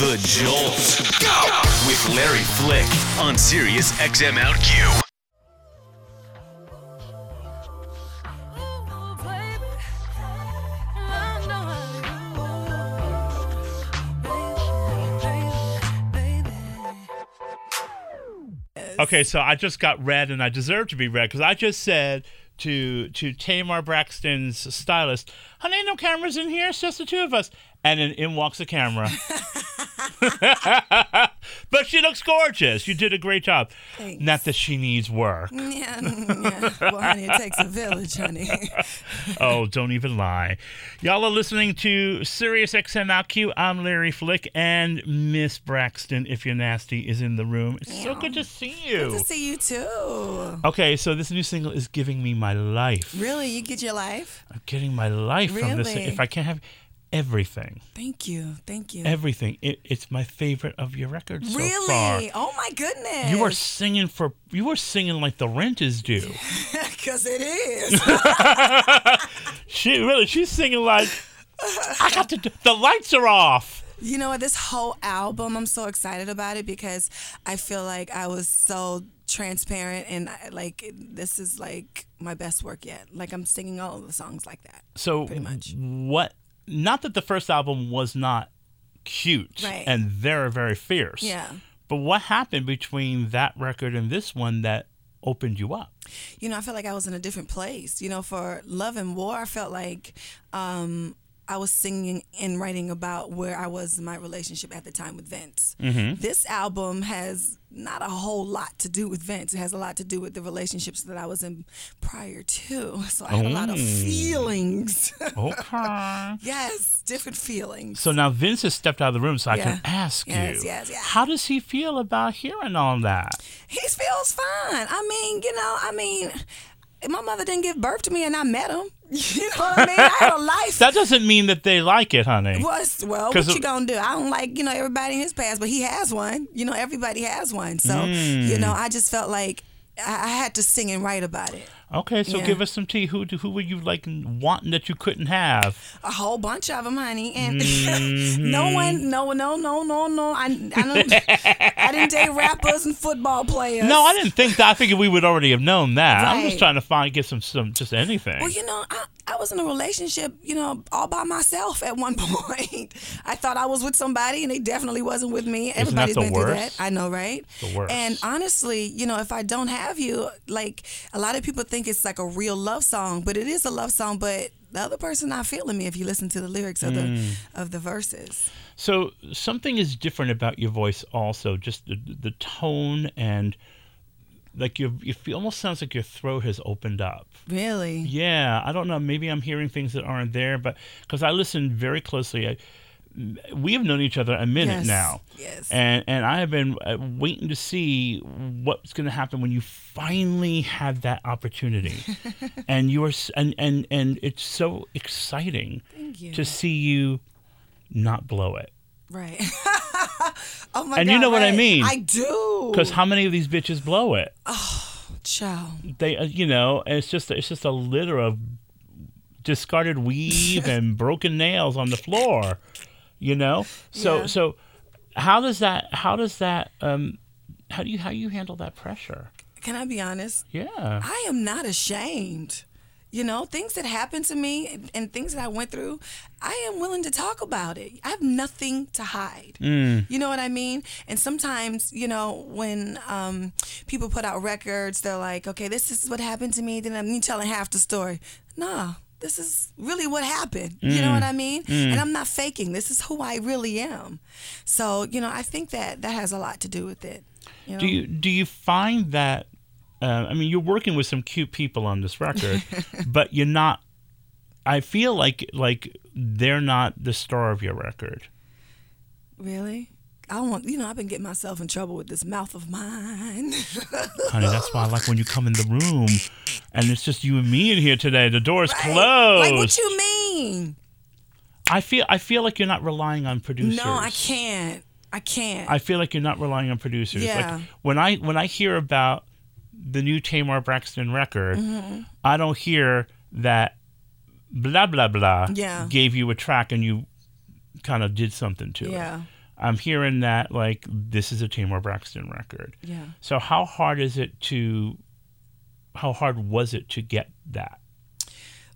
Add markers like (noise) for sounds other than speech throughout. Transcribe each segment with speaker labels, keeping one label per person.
Speaker 1: The Jolt. Go! With Larry Flick on Sirius XM Out Q.
Speaker 2: Okay, so I just got read, and I deserve to be read because I just said to to Tamar Braxton's stylist, "Honey, ain't no cameras in here. It's just the two of us." And then in walks a (laughs) camera. but she looks gorgeous. You did a great job.
Speaker 3: Thanks.
Speaker 2: Not that she needs (laughs) work.
Speaker 3: Yeah, mm, yeah. Well, honey, it takes a village, honey. (laughs)
Speaker 2: Oh, don't even lie. Y'all are listening to Sirius XM Outq. I'm Larry Flick, and Miss Braxton, if you're nasty, is in the room. It's so good to see you.
Speaker 3: Good to see you too.
Speaker 2: Okay, so this new single is giving me my life.
Speaker 3: Really, you get your life.
Speaker 2: I'm getting my life from this.
Speaker 3: Really?
Speaker 2: If I can't have everything,
Speaker 3: Thank you, thank you.
Speaker 2: everything, it, it's my favorite of your records so far.
Speaker 3: really? oh my goodness. (laughs)
Speaker 2: You are singing for you are singing like the rent is due.
Speaker 3: because it is.
Speaker 2: She really she's singing
Speaker 3: (laughs)
Speaker 2: like I got to do, the lights are off.
Speaker 3: you know what? This whole album, I'm so excited about it because I feel like I was so transparent and I, like this is like my best work yet. Like I'm singing all of the songs like that.
Speaker 2: So
Speaker 3: Pretty much.
Speaker 2: what? Not that the first album was not cute
Speaker 3: Right.
Speaker 2: and very very fierce.
Speaker 3: Yeah.
Speaker 2: But what happened between that record and this one that opened you up?
Speaker 3: you know, I felt like I was in a different place. You know, for Love and War, I felt like um, I was singing and writing about where I was in my relationship at the time with Vince. This album has not a whole lot to do with Vince. It has a lot to do with the relationships that I was in prior to. (laughs) So I had a lot of feelings. (laughs)
Speaker 2: Okay.
Speaker 3: yes, different feelings.
Speaker 2: so now Vince has stepped out of the room, so I can
Speaker 3: Yeah.
Speaker 2: ask
Speaker 3: Yes,
Speaker 2: you.
Speaker 3: yes, yes.
Speaker 2: How does he feel about hearing all that?
Speaker 3: He feels fine. I mean, you know, I mean, my mother didn't give birth to me and I met him. (laughs) You know what I mean? I had a life.
Speaker 2: That doesn't mean that they like it, honey.
Speaker 3: Well, it's- well,
Speaker 2: 'Cause
Speaker 3: what you
Speaker 2: it-
Speaker 3: gonna do? I don't like you know everybody in his past, but he has one. You know, everybody has one. So you
Speaker 2: Mm.
Speaker 3: know, I just felt like I, I had to sing and write about it.
Speaker 2: Okay, so
Speaker 3: Yeah.
Speaker 2: give us some tea. Who do- who were you like wanting that you couldn't have?
Speaker 3: A whole bunch of them, honey, and (laughs)
Speaker 2: Mm-hmm.
Speaker 3: no one, no, no, no, no, no. I, I don't. I didn't date rappers and football players.
Speaker 2: No, I didn't think that. I figured we would already have known that. I'm just
Speaker 3: Right.
Speaker 2: trying to find get some some just anything.
Speaker 3: Well, you know, I, I was in a relationship, you know, all by myself at one (laughs) point. I thought I was with somebody, and they definitely wasn't with me. Everybody's
Speaker 2: the
Speaker 3: been
Speaker 2: worst?
Speaker 3: through that. I know, right?
Speaker 2: The worst.
Speaker 3: And honestly, you know, if I don't have you, like a lot of people think it's like a real love song, but it is a love song, but the other person not feeling me if you listen to the lyrics of
Speaker 2: Mm.
Speaker 3: the of the verses.
Speaker 2: So something is different about your voice, also, just the, the tone and like your you feel almost sounds like your throat has opened up.
Speaker 3: Really?
Speaker 2: Yeah, I don't know. Maybe I'm hearing things that aren't there, but because I listen very closely, I, we have known each other a minute
Speaker 3: Yes,
Speaker 2: now.
Speaker 3: yes.
Speaker 2: And and I have been uh, waiting to see what's going to happen when you finally have that
Speaker 3: (laughs)
Speaker 2: opportunity, and you are s- and and and it's so exciting
Speaker 3: you.
Speaker 2: to see you not blow it.
Speaker 3: Right. (laughs) oh my God,
Speaker 2: And you know what I
Speaker 3: right.
Speaker 2: mean.
Speaker 3: I do.
Speaker 2: Because how many of these bitches blow it?
Speaker 3: Ciao.
Speaker 2: They, uh, you know, and it's just it's just a litter of discarded weave and broken nails on the floor, you know. So
Speaker 3: Yeah.
Speaker 2: so, how does that? How does that? Um, how do you how you handle that pressure?
Speaker 3: Can I be honest?
Speaker 2: Yeah.
Speaker 3: I am not ashamed. You know, things that happened to me and, and things that I went through, I am willing to talk about it. I have nothing to hide.
Speaker 2: Mm.
Speaker 3: You know what I mean? And sometimes, you know, when um, people put out records, they're like, okay, this is what happened to me. Then I'm you telling half the story. Nah, this is really what happened. You know what
Speaker 2: Mm.
Speaker 3: I mean? And I'm not faking. This is who I really am. So, you know, I think that that has a lot to do with it. You know?
Speaker 2: Do you do you find that? Uh, I mean, you're working with some cute people on this record, but you're not. I feel like like they're not the star of your record.
Speaker 3: Really? I want you know I've been getting myself in trouble with this mouth of mine. (laughs)
Speaker 2: Honey, that's why I like when you come in the room and it's just you and me in here today. The door is
Speaker 3: Like what
Speaker 2: closed.
Speaker 3: you mean?
Speaker 2: I feel I feel like you're not relying on producers.
Speaker 3: No, I can't. I can't.
Speaker 2: I feel like you're not relying on producers.
Speaker 3: Yeah.
Speaker 2: Like when I when I hear about the new Tamar Braxton record,
Speaker 3: Mm-hmm.
Speaker 2: I don't hear that blah blah blah
Speaker 3: Yeah.
Speaker 2: gave you a track and you kind of did something to it.
Speaker 3: yeah.
Speaker 2: I'm hearing that like this is a Tamar Braxton record.
Speaker 3: Yeah.
Speaker 2: So how hard is it to? How hard was it to get that?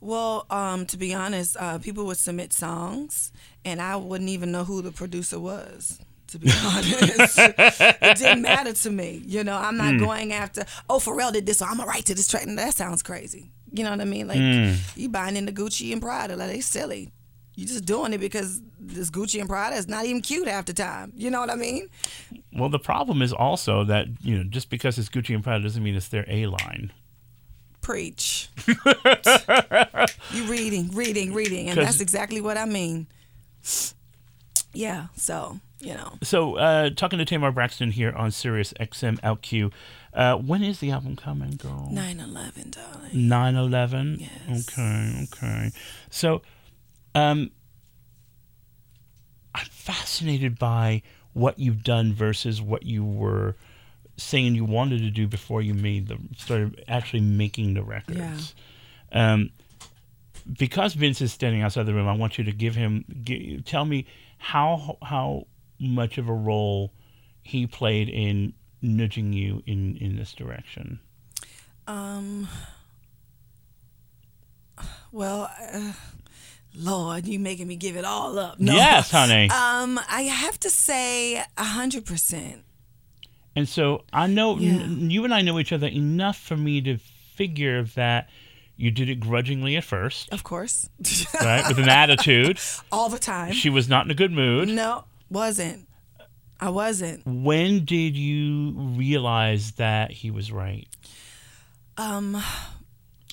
Speaker 3: Well, um, to be honest, uh, people would submit songs, and I wouldn't even know who the producer was. To be (laughs) honest, it didn't matter to me. You know, I'm not going after. Oh, Pharrell did this, so I'm gonna write to this track. That sounds crazy. You know what I mean? Like you buying into Gucci and Prada, like they silly. You just doing it because this Gucci and Prada is not even cute half the time. You know what I mean?
Speaker 2: Well, the problem is also that you know just because it's Gucci and Prada doesn't mean it's their A line.
Speaker 3: Preach.
Speaker 2: (laughs)
Speaker 3: you reading, reading, reading, and
Speaker 2: 'Cause-
Speaker 3: that's exactly what I mean. Yeah, so you know,
Speaker 2: So uh, talking to Tamar Braxton here on Sirius XM LQ. Uh, when is the album coming, girl?
Speaker 3: nine eleven, darling.
Speaker 2: Nine eleven.
Speaker 3: Yes.
Speaker 2: Okay. Okay. So, um, I'm fascinated by what you've done versus what you were saying you wanted to do before you made the started actually making the records. Um, because Vince is standing outside the room, I want you to give him gi- tell me how how much of a role he played in nudging you in in this direction.
Speaker 3: Um, well, uh, Lord, you making me give it all up. No.
Speaker 2: Yes, honey.
Speaker 3: Um, I have to say a hundred percent.
Speaker 2: And so I know
Speaker 3: Yeah.
Speaker 2: n- you and I know each other enough for me to figure that you did it grudgingly at first,
Speaker 3: Of course, (laughs)
Speaker 2: right? With an attitude.
Speaker 3: all the time.
Speaker 2: She was not in a good mood.
Speaker 3: No, wasn't. I wasn't.
Speaker 2: When did you realize that he was right?
Speaker 3: Um,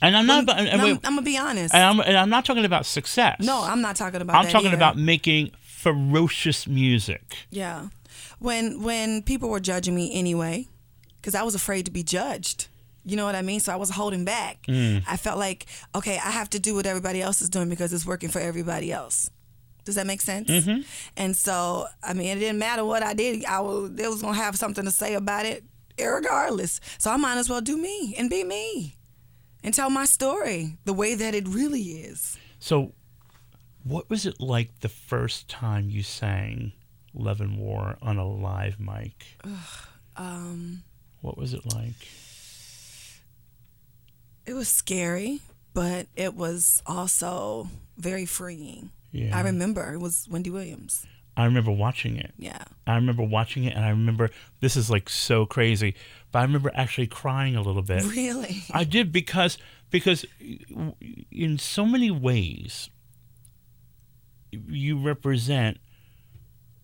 Speaker 2: And I'm not. about-
Speaker 3: I'm,
Speaker 2: and, wait,
Speaker 3: I'm gonna be honest.
Speaker 2: and I'm, and I'm not talking about success.
Speaker 3: No, I'm not talking about.
Speaker 2: I'm
Speaker 3: that
Speaker 2: talking
Speaker 3: either.
Speaker 2: about making ferocious music.
Speaker 3: yeah. When when people were judging me anyway, because I was afraid to be judged. You know what I mean? So I was holding back. I felt like, okay, I have to do what everybody else is doing because it's working for everybody else. Does that make sense? And so, I mean, it didn't matter what I did. I was, they was gonna have something to say about it, regardless. So I might as well do me and be me, and tell my story the way that it really is.
Speaker 2: So, what was it like the first time you sang "Love and War" on a live mic?
Speaker 3: Um,
Speaker 2: What was it like?
Speaker 3: It was scary, but it was also very freeing.
Speaker 2: Yeah.
Speaker 3: I remember it was Wendy Williams.
Speaker 2: I remember watching it.
Speaker 3: Yeah.
Speaker 2: I remember watching it, and I remember this is like so crazy, but I remember actually crying a little bit.
Speaker 3: Really?
Speaker 2: I did because because in so many ways you represent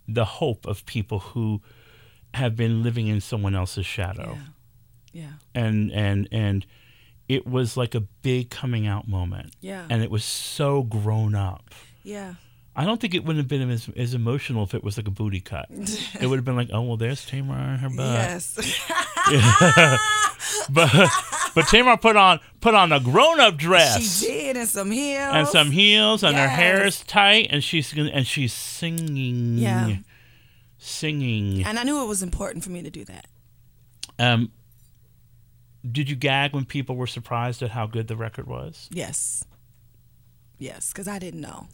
Speaker 2: the hope of people who have been living in someone else's shadow,
Speaker 3: Yeah.
Speaker 2: and and and it was like a big coming out moment,
Speaker 3: Yeah.
Speaker 2: and it was so grown up.
Speaker 3: Yeah.
Speaker 2: I don't think it would have been as, as emotional if it was like a
Speaker 3: (laughs)
Speaker 2: booty cut. it would have been like, oh well, there's Tamar and her butt.
Speaker 3: yes. (laughs)
Speaker 2: But but Tamar put on put on a grown up dress
Speaker 3: she did and some heels.
Speaker 2: and some heels and her hair
Speaker 3: Yes.
Speaker 2: is tight and she's gonna- and she's singing.
Speaker 3: Yeah.
Speaker 2: Singing.
Speaker 3: And I knew it was important for me to do that.
Speaker 2: Um, did you gag when people were surprised at how good the record was?
Speaker 3: Yes. Yes, because I didn't know.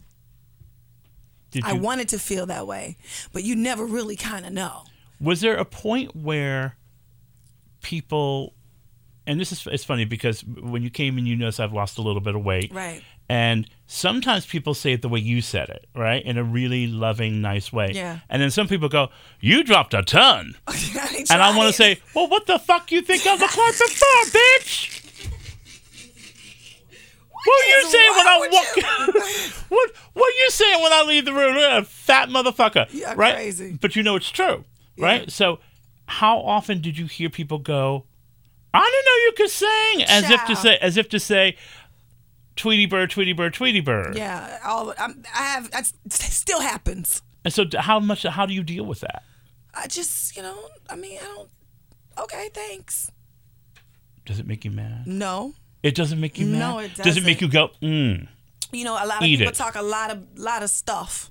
Speaker 2: Did
Speaker 3: I
Speaker 2: you,
Speaker 3: wanted to feel that way, but you never really kind of know.
Speaker 2: Was there a point where people, and this is it's funny because when you came in, you noticed I've lost a little bit of weight,
Speaker 3: Right. (laughs)
Speaker 2: And sometimes people say it the way you said it, right, in a really loving, nice way.
Speaker 3: Yeah.
Speaker 2: And then some people go, "You dropped a ton," and I want to say, "Well, what the fuck you think I'm a carpet for, bitch?" What you
Speaker 3: is
Speaker 2: saying when I
Speaker 3: wrong with
Speaker 2: walk? (laughs) what What you saying when I leave the room? Uh, fat motherfucker,
Speaker 3: You're
Speaker 2: right?
Speaker 3: crazy.
Speaker 2: But you know it's true, right? So, how often did you hear people go, "I didn't know you could sing," as if to
Speaker 3: Child.
Speaker 2: say, as if to say, "Tweety bird, Tweety bird, Tweety bird."
Speaker 3: Yeah, all I'm, I have. That still happens.
Speaker 2: And so, d- how much? How do you deal with that?
Speaker 3: I just, you know, I mean, I don't. Okay, thanks.
Speaker 2: Does it make you mad?
Speaker 3: No,
Speaker 2: It doesn't make you mad.
Speaker 3: No, it
Speaker 2: Does it make you go? Mm.
Speaker 3: you know, a lot of
Speaker 2: Eat
Speaker 3: people
Speaker 2: it.
Speaker 3: talk a lot of lot of stuff.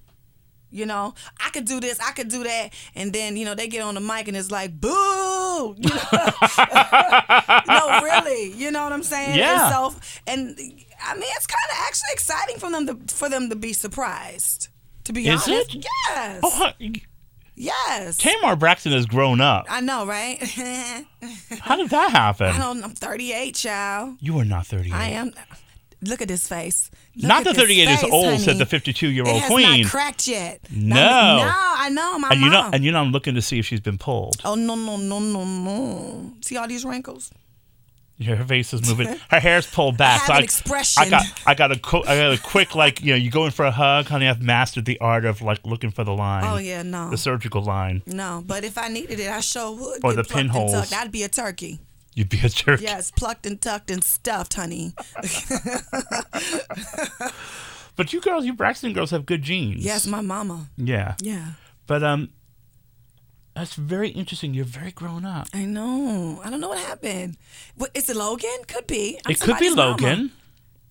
Speaker 3: You know, I could do this, I could do that, and then you know they get on the mic and it's like, boo. You know? (laughs) no, really, you know what I'm saying?
Speaker 2: Yeah.
Speaker 3: And, so, and I mean, it's kind of actually exciting for them to for them to be surprised. To be
Speaker 2: Is
Speaker 3: honest,
Speaker 2: it?
Speaker 3: yes.
Speaker 2: Oh, huh, y-
Speaker 3: Yes.
Speaker 2: Tamar Braxton has grown up.
Speaker 3: I know, right? (laughs)
Speaker 2: How did that happen?
Speaker 3: I don't. I'm 38, child.
Speaker 2: You are not 38.
Speaker 3: I am. Look at this face. Look
Speaker 2: Not
Speaker 3: at
Speaker 2: the
Speaker 3: this
Speaker 2: 38 is
Speaker 3: face,
Speaker 2: old, said
Speaker 3: honey.
Speaker 2: the 52 year
Speaker 3: It
Speaker 2: old
Speaker 3: has
Speaker 2: queen.
Speaker 3: not cracked yet.
Speaker 2: No.
Speaker 3: Not- no, I know my
Speaker 2: and you know,
Speaker 3: mom.
Speaker 2: and you know, I'm looking to see if she's been pulled.
Speaker 3: oh no no no no no! See all these wrinkles?
Speaker 2: Her face is
Speaker 3: (laughs)
Speaker 2: moving. Her hair's pulled back.
Speaker 3: I
Speaker 2: so
Speaker 3: have an
Speaker 2: I,
Speaker 3: expression.
Speaker 2: I got, I got a, co- I got a quick like, you know, you go in for a hug, honey. I've mastered the art of like looking for the line.
Speaker 3: Oh, yeah, no.
Speaker 2: The surgical line.
Speaker 3: No, but if I needed it, I sure would.
Speaker 2: Or
Speaker 3: get
Speaker 2: the
Speaker 3: plucked and
Speaker 2: pinholes.
Speaker 3: tucked. I'd be a turkey.
Speaker 2: You'd be a jerk.
Speaker 3: Yes, plucked and tucked and stuffed, honey.
Speaker 2: But you girls, you Braxton girls, have good genes.
Speaker 3: Yes, my mama.
Speaker 2: Yeah.
Speaker 3: Yeah,
Speaker 2: But um, that's very interesting. You're very grown up.
Speaker 3: I know. I don't know what happened. What, is it Logan? Could be. I'm
Speaker 2: it could be
Speaker 3: somebody's mama. Uh.
Speaker 2: Logan.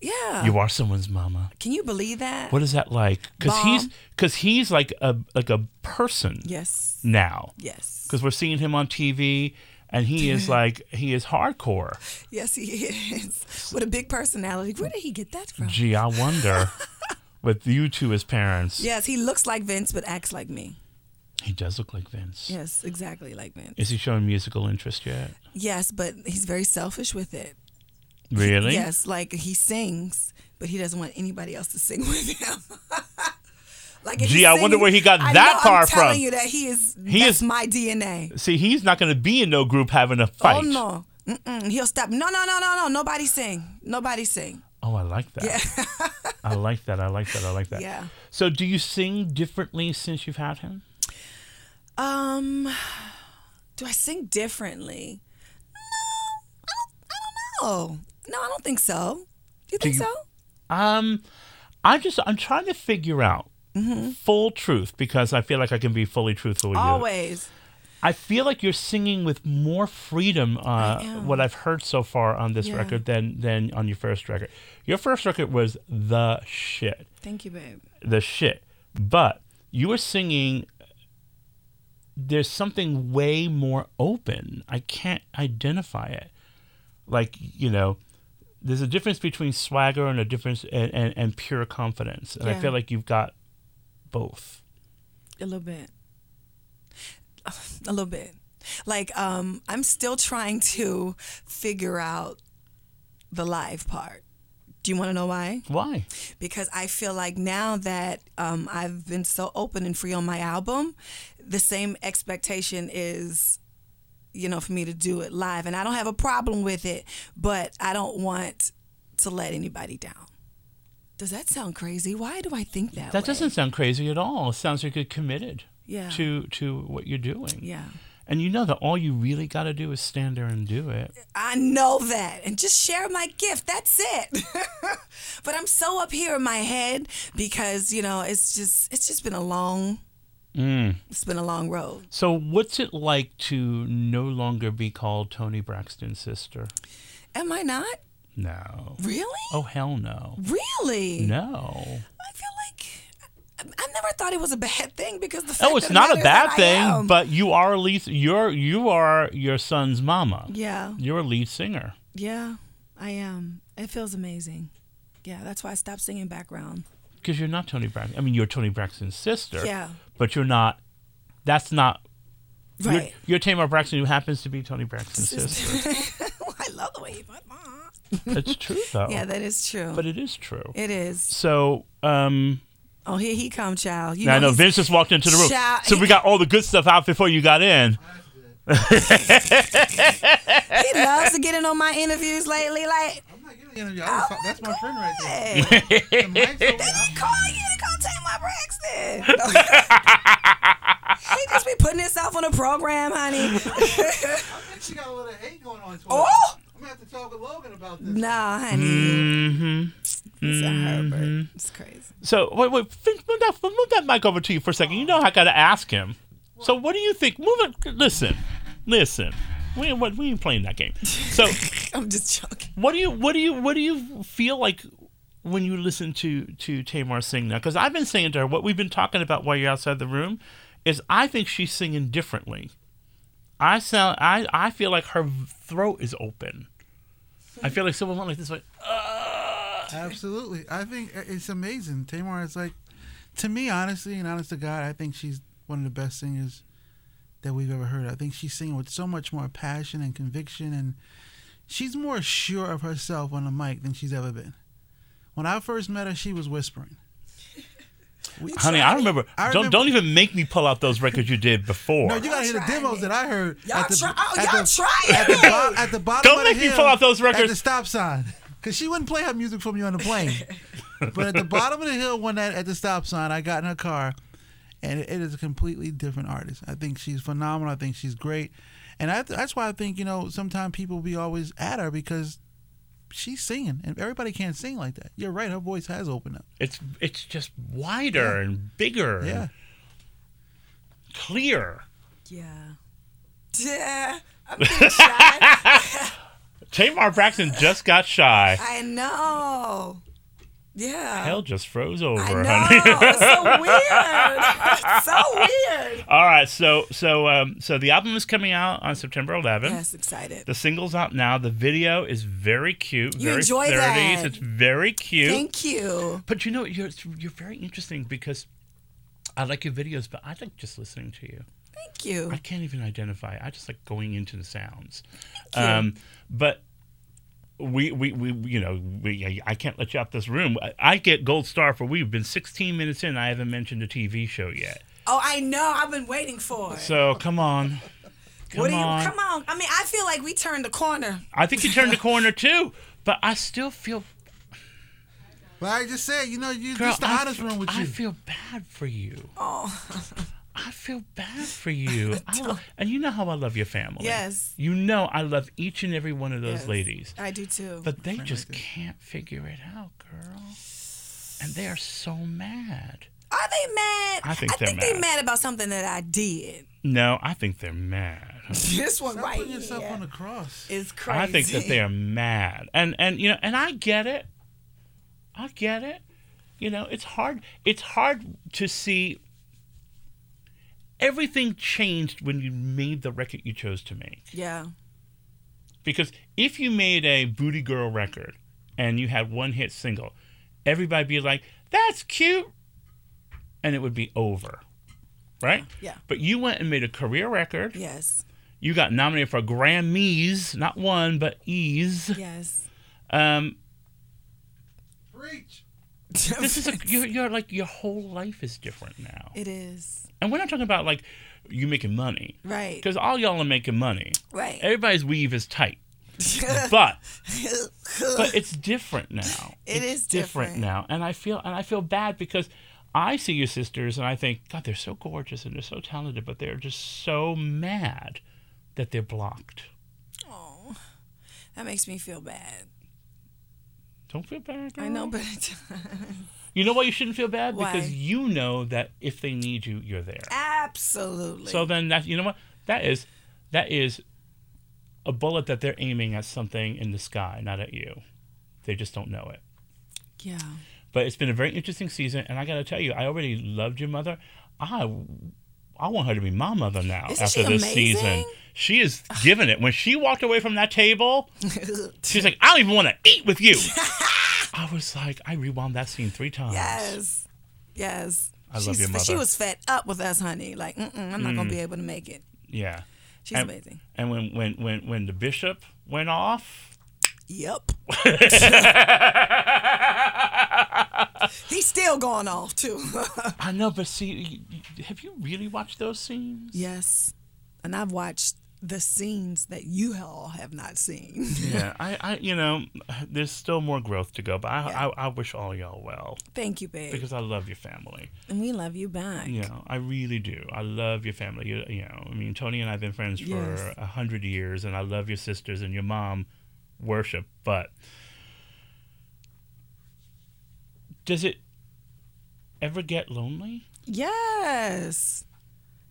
Speaker 3: Yeah.
Speaker 2: You are someone's mama.
Speaker 3: Can you believe that?
Speaker 2: What is that like? Because
Speaker 3: Mom.
Speaker 2: he's because he's like a like a person
Speaker 3: Yes.
Speaker 2: now.
Speaker 3: Yes.
Speaker 2: Because we're seeing him on TV, and he
Speaker 3: (laughs)
Speaker 2: is like he is hardcore.
Speaker 3: Yes, he
Speaker 2: (laughs)
Speaker 3: is. What a big personality. Where did he get that from?
Speaker 2: Gee,
Speaker 3: (laughs)
Speaker 2: I wonder. with you two as parents,
Speaker 3: Yes, he looks like Vince but acts like me.
Speaker 2: he does look like Vince.
Speaker 3: Yes, exactly like Vince.
Speaker 2: Is he showing musical interest yet?
Speaker 3: Yes, but he's very selfish with it.
Speaker 2: Really?
Speaker 3: Yes, like he sings, but he doesn't want anybody else to sing (laughs) with him. like if
Speaker 2: Gee,
Speaker 3: he's
Speaker 2: I wonder
Speaker 3: singing-
Speaker 2: where he got
Speaker 3: I
Speaker 2: that
Speaker 3: know,
Speaker 2: far
Speaker 3: I'm telling
Speaker 2: from.
Speaker 3: you that he is.
Speaker 2: He
Speaker 3: that's
Speaker 2: is-
Speaker 3: my DNA.
Speaker 2: See, he's not going to be in no group having a fight.
Speaker 3: Oh no. Mm-mm, he'll stop. No, no, no, no, no. Nobody sing. Nobody sing.
Speaker 2: Oh, I like that.
Speaker 3: Yeah.
Speaker 2: I like that. I like that. I like
Speaker 3: (laughs)
Speaker 2: that.
Speaker 3: Yeah.
Speaker 2: So, do you sing differently since you've had him?
Speaker 3: Um, do I sing differently? No, I don't, I don't know. No, I don't think so. You think
Speaker 2: you-
Speaker 3: so?
Speaker 2: Um, I just I'm trying to figure out full truth because I feel like I can be fully truthful with you.
Speaker 3: Mm-hmm. Always.
Speaker 2: I feel like you're singing with more freedom. Uh,
Speaker 3: am.
Speaker 2: what I've heard so far on this
Speaker 3: Yeah.
Speaker 2: record than than on your first record. Your first record was the shit,
Speaker 3: Thank you, babe.
Speaker 2: the shit. But you were singing. There's something way more open. I can't identify it. Like you know, there's a difference between swagger and a difference and, and, and pure confidence. And I
Speaker 3: Yeah.
Speaker 2: feel like you've got both.
Speaker 3: A little bit. (laughs) A little bit. Like, um, I'm still trying to figure out the live part. Do you want to know why?
Speaker 2: Why?
Speaker 3: because I feel like now that um, I've been so open and free on my album, the same expectation is, you know, for me to do it live. And I don't have a problem with it, but I don't want to let anybody down. Does that sound crazy? Why do I think that?
Speaker 2: That
Speaker 3: way?
Speaker 2: doesn't sound crazy at all. It sounds like you're committed
Speaker 3: Yeah.
Speaker 2: to to what you're doing.
Speaker 3: Yeah.
Speaker 2: And you know that all you really got to do is stand there and do it.
Speaker 3: I know that. And just share my gift. That's it. (laughs) but I'm so up here in my head because, you know, it's just it's just been a long it's been a long road.
Speaker 2: So what's it like to no longer be called Tony Braxton's sister?
Speaker 3: Am I not?
Speaker 2: No.
Speaker 3: Really?
Speaker 2: Oh hell no.
Speaker 3: Really?
Speaker 2: No.
Speaker 3: I feel like I, I never thought it was a bad (laughs) thing because the fact
Speaker 2: Oh, it's
Speaker 3: of the
Speaker 2: not
Speaker 3: matter
Speaker 2: a
Speaker 3: is
Speaker 2: bad
Speaker 3: that I
Speaker 2: thing,
Speaker 3: am.
Speaker 2: but you are a lead you're you are your son's mama.
Speaker 3: yeah,
Speaker 2: You're a lead singer.
Speaker 3: yeah, I am. It feels amazing. Yeah, that's why I stopped singing background.
Speaker 2: Because you're not Tony Braxton. I mean, you're Tony Braxton's sister.
Speaker 3: Yeah.
Speaker 2: But you're not. That's not. You're,
Speaker 3: Right. (laughs)
Speaker 2: you're Tamar Braxton, who happens to be Tony Braxton's sister.
Speaker 3: I love the way you put that. (laughs)
Speaker 2: It's true though.
Speaker 3: Yeah, that is true.
Speaker 2: Oh. But it is true.
Speaker 3: it is.
Speaker 2: So, um,
Speaker 3: Oh, here he come, child. You
Speaker 2: now I know
Speaker 3: he's-
Speaker 2: Vince just walked into the room.
Speaker 3: Child-
Speaker 2: So we got all the good stuff out before you got in.
Speaker 3: he
Speaker 2: (laughs)
Speaker 3: loves to get in on my interviews lately. Like,
Speaker 4: I'm not getting any of y'all. That's my friend right there.
Speaker 3: hey,
Speaker 4: The mic's over.
Speaker 3: I'm
Speaker 2: (laughs)
Speaker 3: calling you to go take my Braxton. (laughs) he just be putting himself on a program, honey.
Speaker 2: (laughs)
Speaker 4: I think she got a little hate going on. Twitter.
Speaker 3: Oh!
Speaker 4: I'm gonna have to talk with Logan about this.
Speaker 3: No, honey.
Speaker 2: Mm-hmm.
Speaker 3: It's a Herbert. It's crazy. (laughs)
Speaker 2: So wait, wait, Vince, move that, move that mic over to you for a second. You know I gotta ask him. So what do you think? Move it. Listen, listen. We ain't, what- we ain't playing that game. So
Speaker 4: (laughs)
Speaker 3: I'm just joking.
Speaker 2: what do you what do you what do you feel like when you listen to to Tamar sing now? Because I've been saying to her what we've been talking about while you're outside the room is I think she's singing differently. I sound I I feel like her throat is open. I feel like someone went like this like
Speaker 4: Absolutely. I think it's amazing. Tamar is like, to me, honestly, and honest to God, I think she's one of the best singers that we've ever heard. I think she's singing with so much more passion and conviction, and she's more sure of herself on the mic than she's ever been. When I first met her, she was whispering.
Speaker 2: Honey, I remember.
Speaker 4: I
Speaker 2: Don't
Speaker 4: remember-
Speaker 2: don't even make me pull out those records you did before.
Speaker 4: No, you gotta hear the
Speaker 3: trying
Speaker 4: demos
Speaker 3: it.
Speaker 4: that I heard.
Speaker 3: Y'all try- oh,
Speaker 4: at
Speaker 3: y'all
Speaker 4: the,
Speaker 3: trying
Speaker 4: at the,
Speaker 3: it.
Speaker 4: bo- at the bottom.
Speaker 2: Don't
Speaker 4: of
Speaker 2: make
Speaker 4: the
Speaker 2: me
Speaker 4: hill
Speaker 2: pull out those
Speaker 4: At
Speaker 2: records.
Speaker 4: the stop sign, because she wouldn't play her music for me on the plane. (laughs) but at the bottom of the hill one night at the stop sign, I got in her car, and it, it is a completely different artist. I think she's phenomenal. I think she's great, and I, that's why I think you know sometimes people be always at her because she's singing, and everybody can't sing like that. You're right. Her voice has opened up.
Speaker 2: It's it's just wider and bigger
Speaker 4: Yeah.
Speaker 2: and clear.
Speaker 3: (laughs) Yeah. Yeah. I'm getting shy.
Speaker 2: Tamar Braxton just got shy.
Speaker 3: I know. Yeah.
Speaker 2: Hell just froze
Speaker 3: I
Speaker 2: over,
Speaker 3: know.
Speaker 2: honey.
Speaker 3: It's so weird. It's so weird.
Speaker 2: (laughs) All right, so so um, so the album is coming out on September 11th.
Speaker 3: Yes, excited.
Speaker 2: The single's out now. The video is very cute.
Speaker 3: You
Speaker 2: very
Speaker 3: enjoy
Speaker 2: 30s.
Speaker 3: that.
Speaker 2: It's very cute.
Speaker 3: Thank you.
Speaker 2: but you know, you're you're very interesting because I like your videos, but I like just listening to you.
Speaker 3: Thank you.
Speaker 2: I can't even identify. I just like going into the sounds.
Speaker 3: you.
Speaker 2: Um, but we, we, we, you know, we, I can't let you out this room. I, I get gold star for we've been 16 minutes in. I haven't mentioned a TV show yet.
Speaker 3: Oh, I know. I've been waiting for it.
Speaker 2: So come on, come
Speaker 3: what do you?
Speaker 2: on.
Speaker 3: Come on. I mean, I feel like we turned the corner.
Speaker 2: I think you turned the corner too, but I still feel,
Speaker 4: But I just said, you know, you
Speaker 2: girl,
Speaker 4: just the
Speaker 2: I
Speaker 4: hottest
Speaker 2: feel-
Speaker 4: room with
Speaker 2: I
Speaker 4: you.
Speaker 2: feel bad for you. Oh. I feel bad for you. I lo- and you know how I love your family.
Speaker 3: Yes.
Speaker 2: You know I love each and every one of those
Speaker 3: Yes.
Speaker 2: ladies.
Speaker 3: I do too.
Speaker 2: But they just can't figure it out, girl. And they are so mad.
Speaker 3: Are they mad?
Speaker 2: I think
Speaker 3: I
Speaker 2: they're
Speaker 3: think they
Speaker 2: mad.
Speaker 3: mad about something that I did. (laughs)
Speaker 2: No, I think they're mad.
Speaker 3: This one
Speaker 4: Stop
Speaker 3: right
Speaker 4: putting yourself on
Speaker 3: here
Speaker 4: the cross.
Speaker 3: is crazy.
Speaker 2: I think that they (laughs) are mad. And and you know, and I get it. I get it. You know, it's hard it's hard to see everything changed when you made the record you chose to make.
Speaker 3: (laughs) Yeah.
Speaker 2: Because if you made a booty girl record and you had one hit single, everybody be like, "That's cute," and it would be over, right?
Speaker 3: Yeah.
Speaker 2: But you went and made a career record.
Speaker 3: Yes.
Speaker 2: You got nominated for Grammys, not one but E's.
Speaker 3: Yes.
Speaker 2: Um,
Speaker 4: Preach.
Speaker 2: this is a you're, you're like your whole life is different now,
Speaker 3: (laughs) it is
Speaker 2: and we're not talking about like you making money
Speaker 3: right.
Speaker 2: because all y'all are making money.
Speaker 3: (laughs) Right.
Speaker 2: Everybody's weave is tight, but
Speaker 3: but
Speaker 2: but it's different now.
Speaker 3: (laughs) It
Speaker 2: it's
Speaker 3: is different.
Speaker 2: now, and I feel and I feel bad because I see your sisters and I think God, they're so gorgeous and they're so talented, but they're just so mad that they're blocked.
Speaker 3: oh, that makes me feel bad.
Speaker 2: Don't feel bad. Girl.
Speaker 3: I know, but it,
Speaker 2: You know why you shouldn't feel bad
Speaker 3: Why?
Speaker 2: because you know that if they need you, you're there.
Speaker 3: (laughs) absolutely.
Speaker 2: So then that you know what that is, that is a bullet that they're aiming at something in the sky, not at you. They just don't know it.
Speaker 3: yeah.
Speaker 2: (laughs) But it's been a very interesting season, and I got to tell you, I already loved your mother. I I want her to be my mother now
Speaker 3: Isn't
Speaker 2: after
Speaker 3: she
Speaker 2: this season.
Speaker 3: amazing?
Speaker 2: She is giving it. When she walked away from that table, she's like, "I don't even want to eat
Speaker 3: (laughs)
Speaker 2: with you." I was like, I rewound that scene three times.
Speaker 3: yes. Yes.
Speaker 2: I love
Speaker 3: She's-
Speaker 2: your
Speaker 3: She
Speaker 2: mother.
Speaker 3: was fed up with us, honey. Like, Mm-mm, I'm not gonna be able to make it.
Speaker 2: Yeah.
Speaker 3: She's
Speaker 2: And-
Speaker 3: amazing.
Speaker 2: And when when when when the bishop went off,
Speaker 3: (laughs) Yep. He's still going off too. (laughs)
Speaker 2: I know, but see, y- y- have you really watched those scenes?
Speaker 3: yes. And I've watched the scenes that you all have not seen.
Speaker 2: Yeah, (laughs) I, I, you know, there's still more growth to go, but I, I, I wish all y'all well
Speaker 3: (laughs) Thank you, babe.
Speaker 2: because I love your family.
Speaker 3: and we love you back.
Speaker 2: You know, I really do. I love your family. You, you know, I mean, Tony and I've been friends for
Speaker 3: Yes.
Speaker 2: a hundred years, and I love your sisters and your mom. Worship, but does it ever get lonely?
Speaker 3: Yes.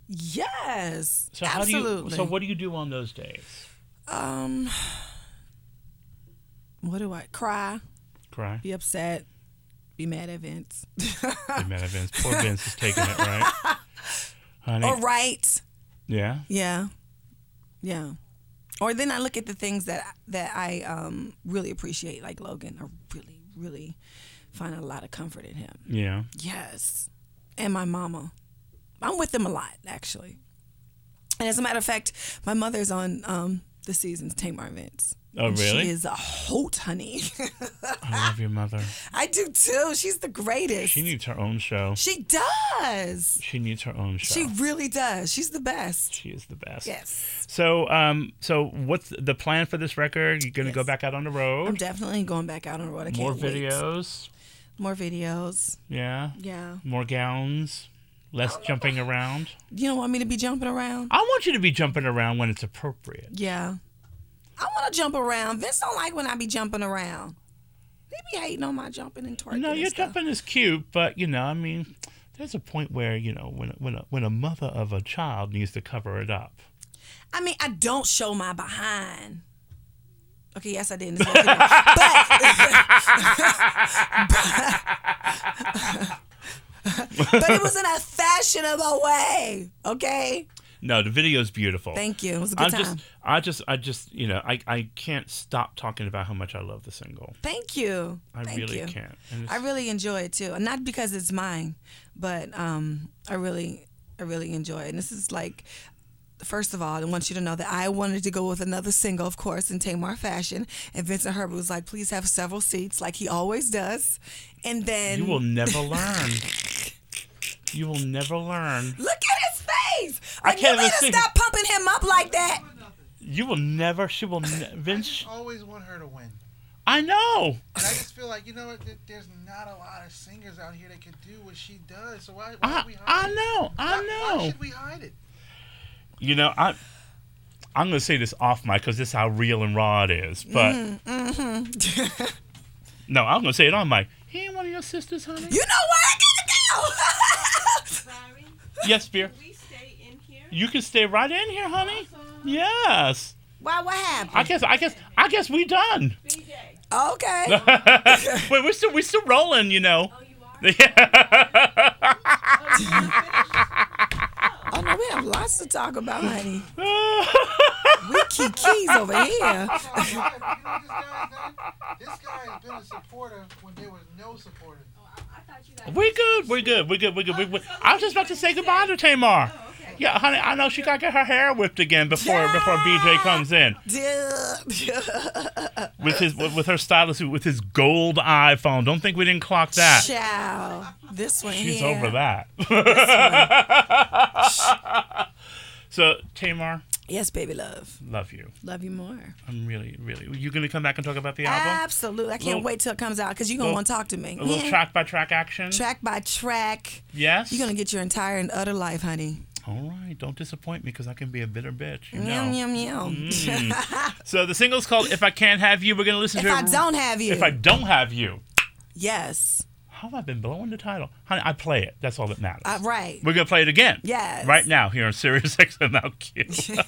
Speaker 3: Yes.
Speaker 2: So
Speaker 3: Absolutely.
Speaker 2: how do you? So what do you do on those days?
Speaker 3: Um, what do I cry?
Speaker 2: Cry.
Speaker 3: Be upset? Be mad at Vince? (laughs)
Speaker 2: Big man of Vince. Poor Vince is taking it, right? Honey.
Speaker 3: All right.
Speaker 2: Yeah.
Speaker 3: Yeah. Yeah. Or then I look at the things that that I um, really appreciate, like Logan. I really, really find a lot of comfort in him.
Speaker 2: Yeah.
Speaker 3: Yes. And my mama. I'm with them a lot actually. And as a matter of fact, my mother's on um, the season's Tamar Vince.
Speaker 2: Oh,
Speaker 3: And
Speaker 2: really?
Speaker 3: She is a hoot, honey. (laughs)
Speaker 2: I love your mother.
Speaker 3: I do too. She's the greatest.
Speaker 2: She needs her own show.
Speaker 3: She does.
Speaker 2: She needs her own show.
Speaker 3: She really does. She's the best.
Speaker 2: She is the best.
Speaker 3: Yes.
Speaker 2: So, um, so what's the plan for this record? You're gonna go
Speaker 3: Yes.
Speaker 2: back out on the
Speaker 3: I'm
Speaker 2: road.
Speaker 3: definitely going back out on the road. I can't
Speaker 2: More
Speaker 3: wait.
Speaker 2: videos.
Speaker 3: More videos.
Speaker 2: Yeah.
Speaker 3: Yeah. Oh.
Speaker 2: More gowns. Less jumping around.
Speaker 3: You don't want me to be jumping around?
Speaker 2: I want you to be jumping around when it's appropriate.
Speaker 3: Yeah. I want to jump around. Vince don't like when I be jumping around. He be hating on my jumping and twerking.
Speaker 2: No,
Speaker 3: and
Speaker 2: your
Speaker 3: stuff.
Speaker 2: jumping is cute, but you know, I mean, there's a point where you know when when a, when a mother of a child needs to cover it up.
Speaker 3: I mean, I don't show my behind. Okay, yes, I did. in
Speaker 2: (laughs)
Speaker 3: this whole video. But, but, (laughs) but it was in a fashionable way. Okay,
Speaker 2: No, the video's beautiful.
Speaker 3: thank you. It was a good
Speaker 2: I
Speaker 3: time.
Speaker 2: just, I just, I just, you know, I, I can't stop talking about how much I love the single.
Speaker 3: thank you.
Speaker 2: I
Speaker 3: Thank
Speaker 2: really
Speaker 3: you.
Speaker 2: can't. And
Speaker 3: I
Speaker 2: it's-
Speaker 3: really enjoy it too. Not because it's mine, but um, I really, I really enjoy it. And this is like, first of all, I want you to know that I wanted to go with another single, of course, in Tamar fashion. And Vincent Herbert was like, "Please have several seats," like he always does. And then
Speaker 2: You will never learn. You will never learn.
Speaker 3: look at his face.
Speaker 2: I
Speaker 3: Like,
Speaker 2: can't
Speaker 3: you need
Speaker 2: even
Speaker 3: to
Speaker 2: see
Speaker 3: stop pumping him up like that.
Speaker 2: You will never. She will. Ne- Vince.
Speaker 4: Always want her to win.
Speaker 2: I know.
Speaker 4: And I just feel like you know what? there- There's not a lot of singers out here that could do what she does. So why? why
Speaker 2: I,
Speaker 4: do we hide
Speaker 2: I
Speaker 4: it?
Speaker 2: know. I
Speaker 4: Why, why
Speaker 2: know.
Speaker 4: should we hide it?
Speaker 2: You know. I. I'm gonna say this off mic because this is how real and raw it is. But no, I'm gonna say it on mic. He ain't one of your sisters, honey.
Speaker 3: You know where I gotta go. (laughs)
Speaker 5: Byron,
Speaker 2: yes, beer.
Speaker 5: we stay in here.
Speaker 2: You can stay right in here, honey. Yes.
Speaker 3: Why? What happened?
Speaker 2: I guess. I guess. I guess we done.
Speaker 5: BJ.
Speaker 3: Okay.
Speaker 2: (laughs) Wait, we're still. We're still rolling. You know. (laughs)
Speaker 5: Oh, you are? (laughs)
Speaker 3: Oh no, we have lots to talk about, honey. we keep keys over here.
Speaker 4: You know what this guy's done? This guy has been a supporter when there was no supporter.
Speaker 5: Oh, I, I thought you guys.
Speaker 2: We're good. We're good. We're good. We're good.
Speaker 3: Oh,
Speaker 2: We're good. I was just about to say goodbye to Tamar.
Speaker 5: okay.
Speaker 2: Yeah, honey, I know she got to get her hair whipped again before before BJ comes in
Speaker 3: Duh.
Speaker 2: with his with, with her stylist with his gold iPhone. Don't think we didn't clock that.
Speaker 3: Child. This one
Speaker 2: She's
Speaker 3: here.
Speaker 2: over that. (laughs) so Tamar,
Speaker 3: Yes, baby love.
Speaker 2: love you.
Speaker 3: Love you more.
Speaker 2: I'm really really. You gonna come back and talk about the album?
Speaker 3: Absolutely. I can't
Speaker 2: Little-
Speaker 3: wait till it comes out because you're going to
Speaker 2: little-
Speaker 3: want to talk to me.
Speaker 2: A little
Speaker 3: Yeah.
Speaker 2: track by track action.
Speaker 3: Track by track.
Speaker 2: Yes.
Speaker 3: You're going to get your entire and utter life, honey.
Speaker 2: All right. Don't disappoint me because I can be a bitter bitch. You
Speaker 3: Yum,
Speaker 2: know.
Speaker 3: yum, yum.
Speaker 2: Mm. So the single's called "If I Can't Have You." We're gonna
Speaker 3: (laughs)
Speaker 2: listen
Speaker 3: if
Speaker 2: to
Speaker 3: I
Speaker 2: it.
Speaker 3: don't have you.
Speaker 2: if I don't have you.
Speaker 3: yes.
Speaker 2: How have I been blowing the title? Honey, I play it. That's all that matters.
Speaker 3: Uh, right.
Speaker 2: We're going to play it again.
Speaker 3: Yes. (laughs)
Speaker 2: Right now here on Sirius XMLQ.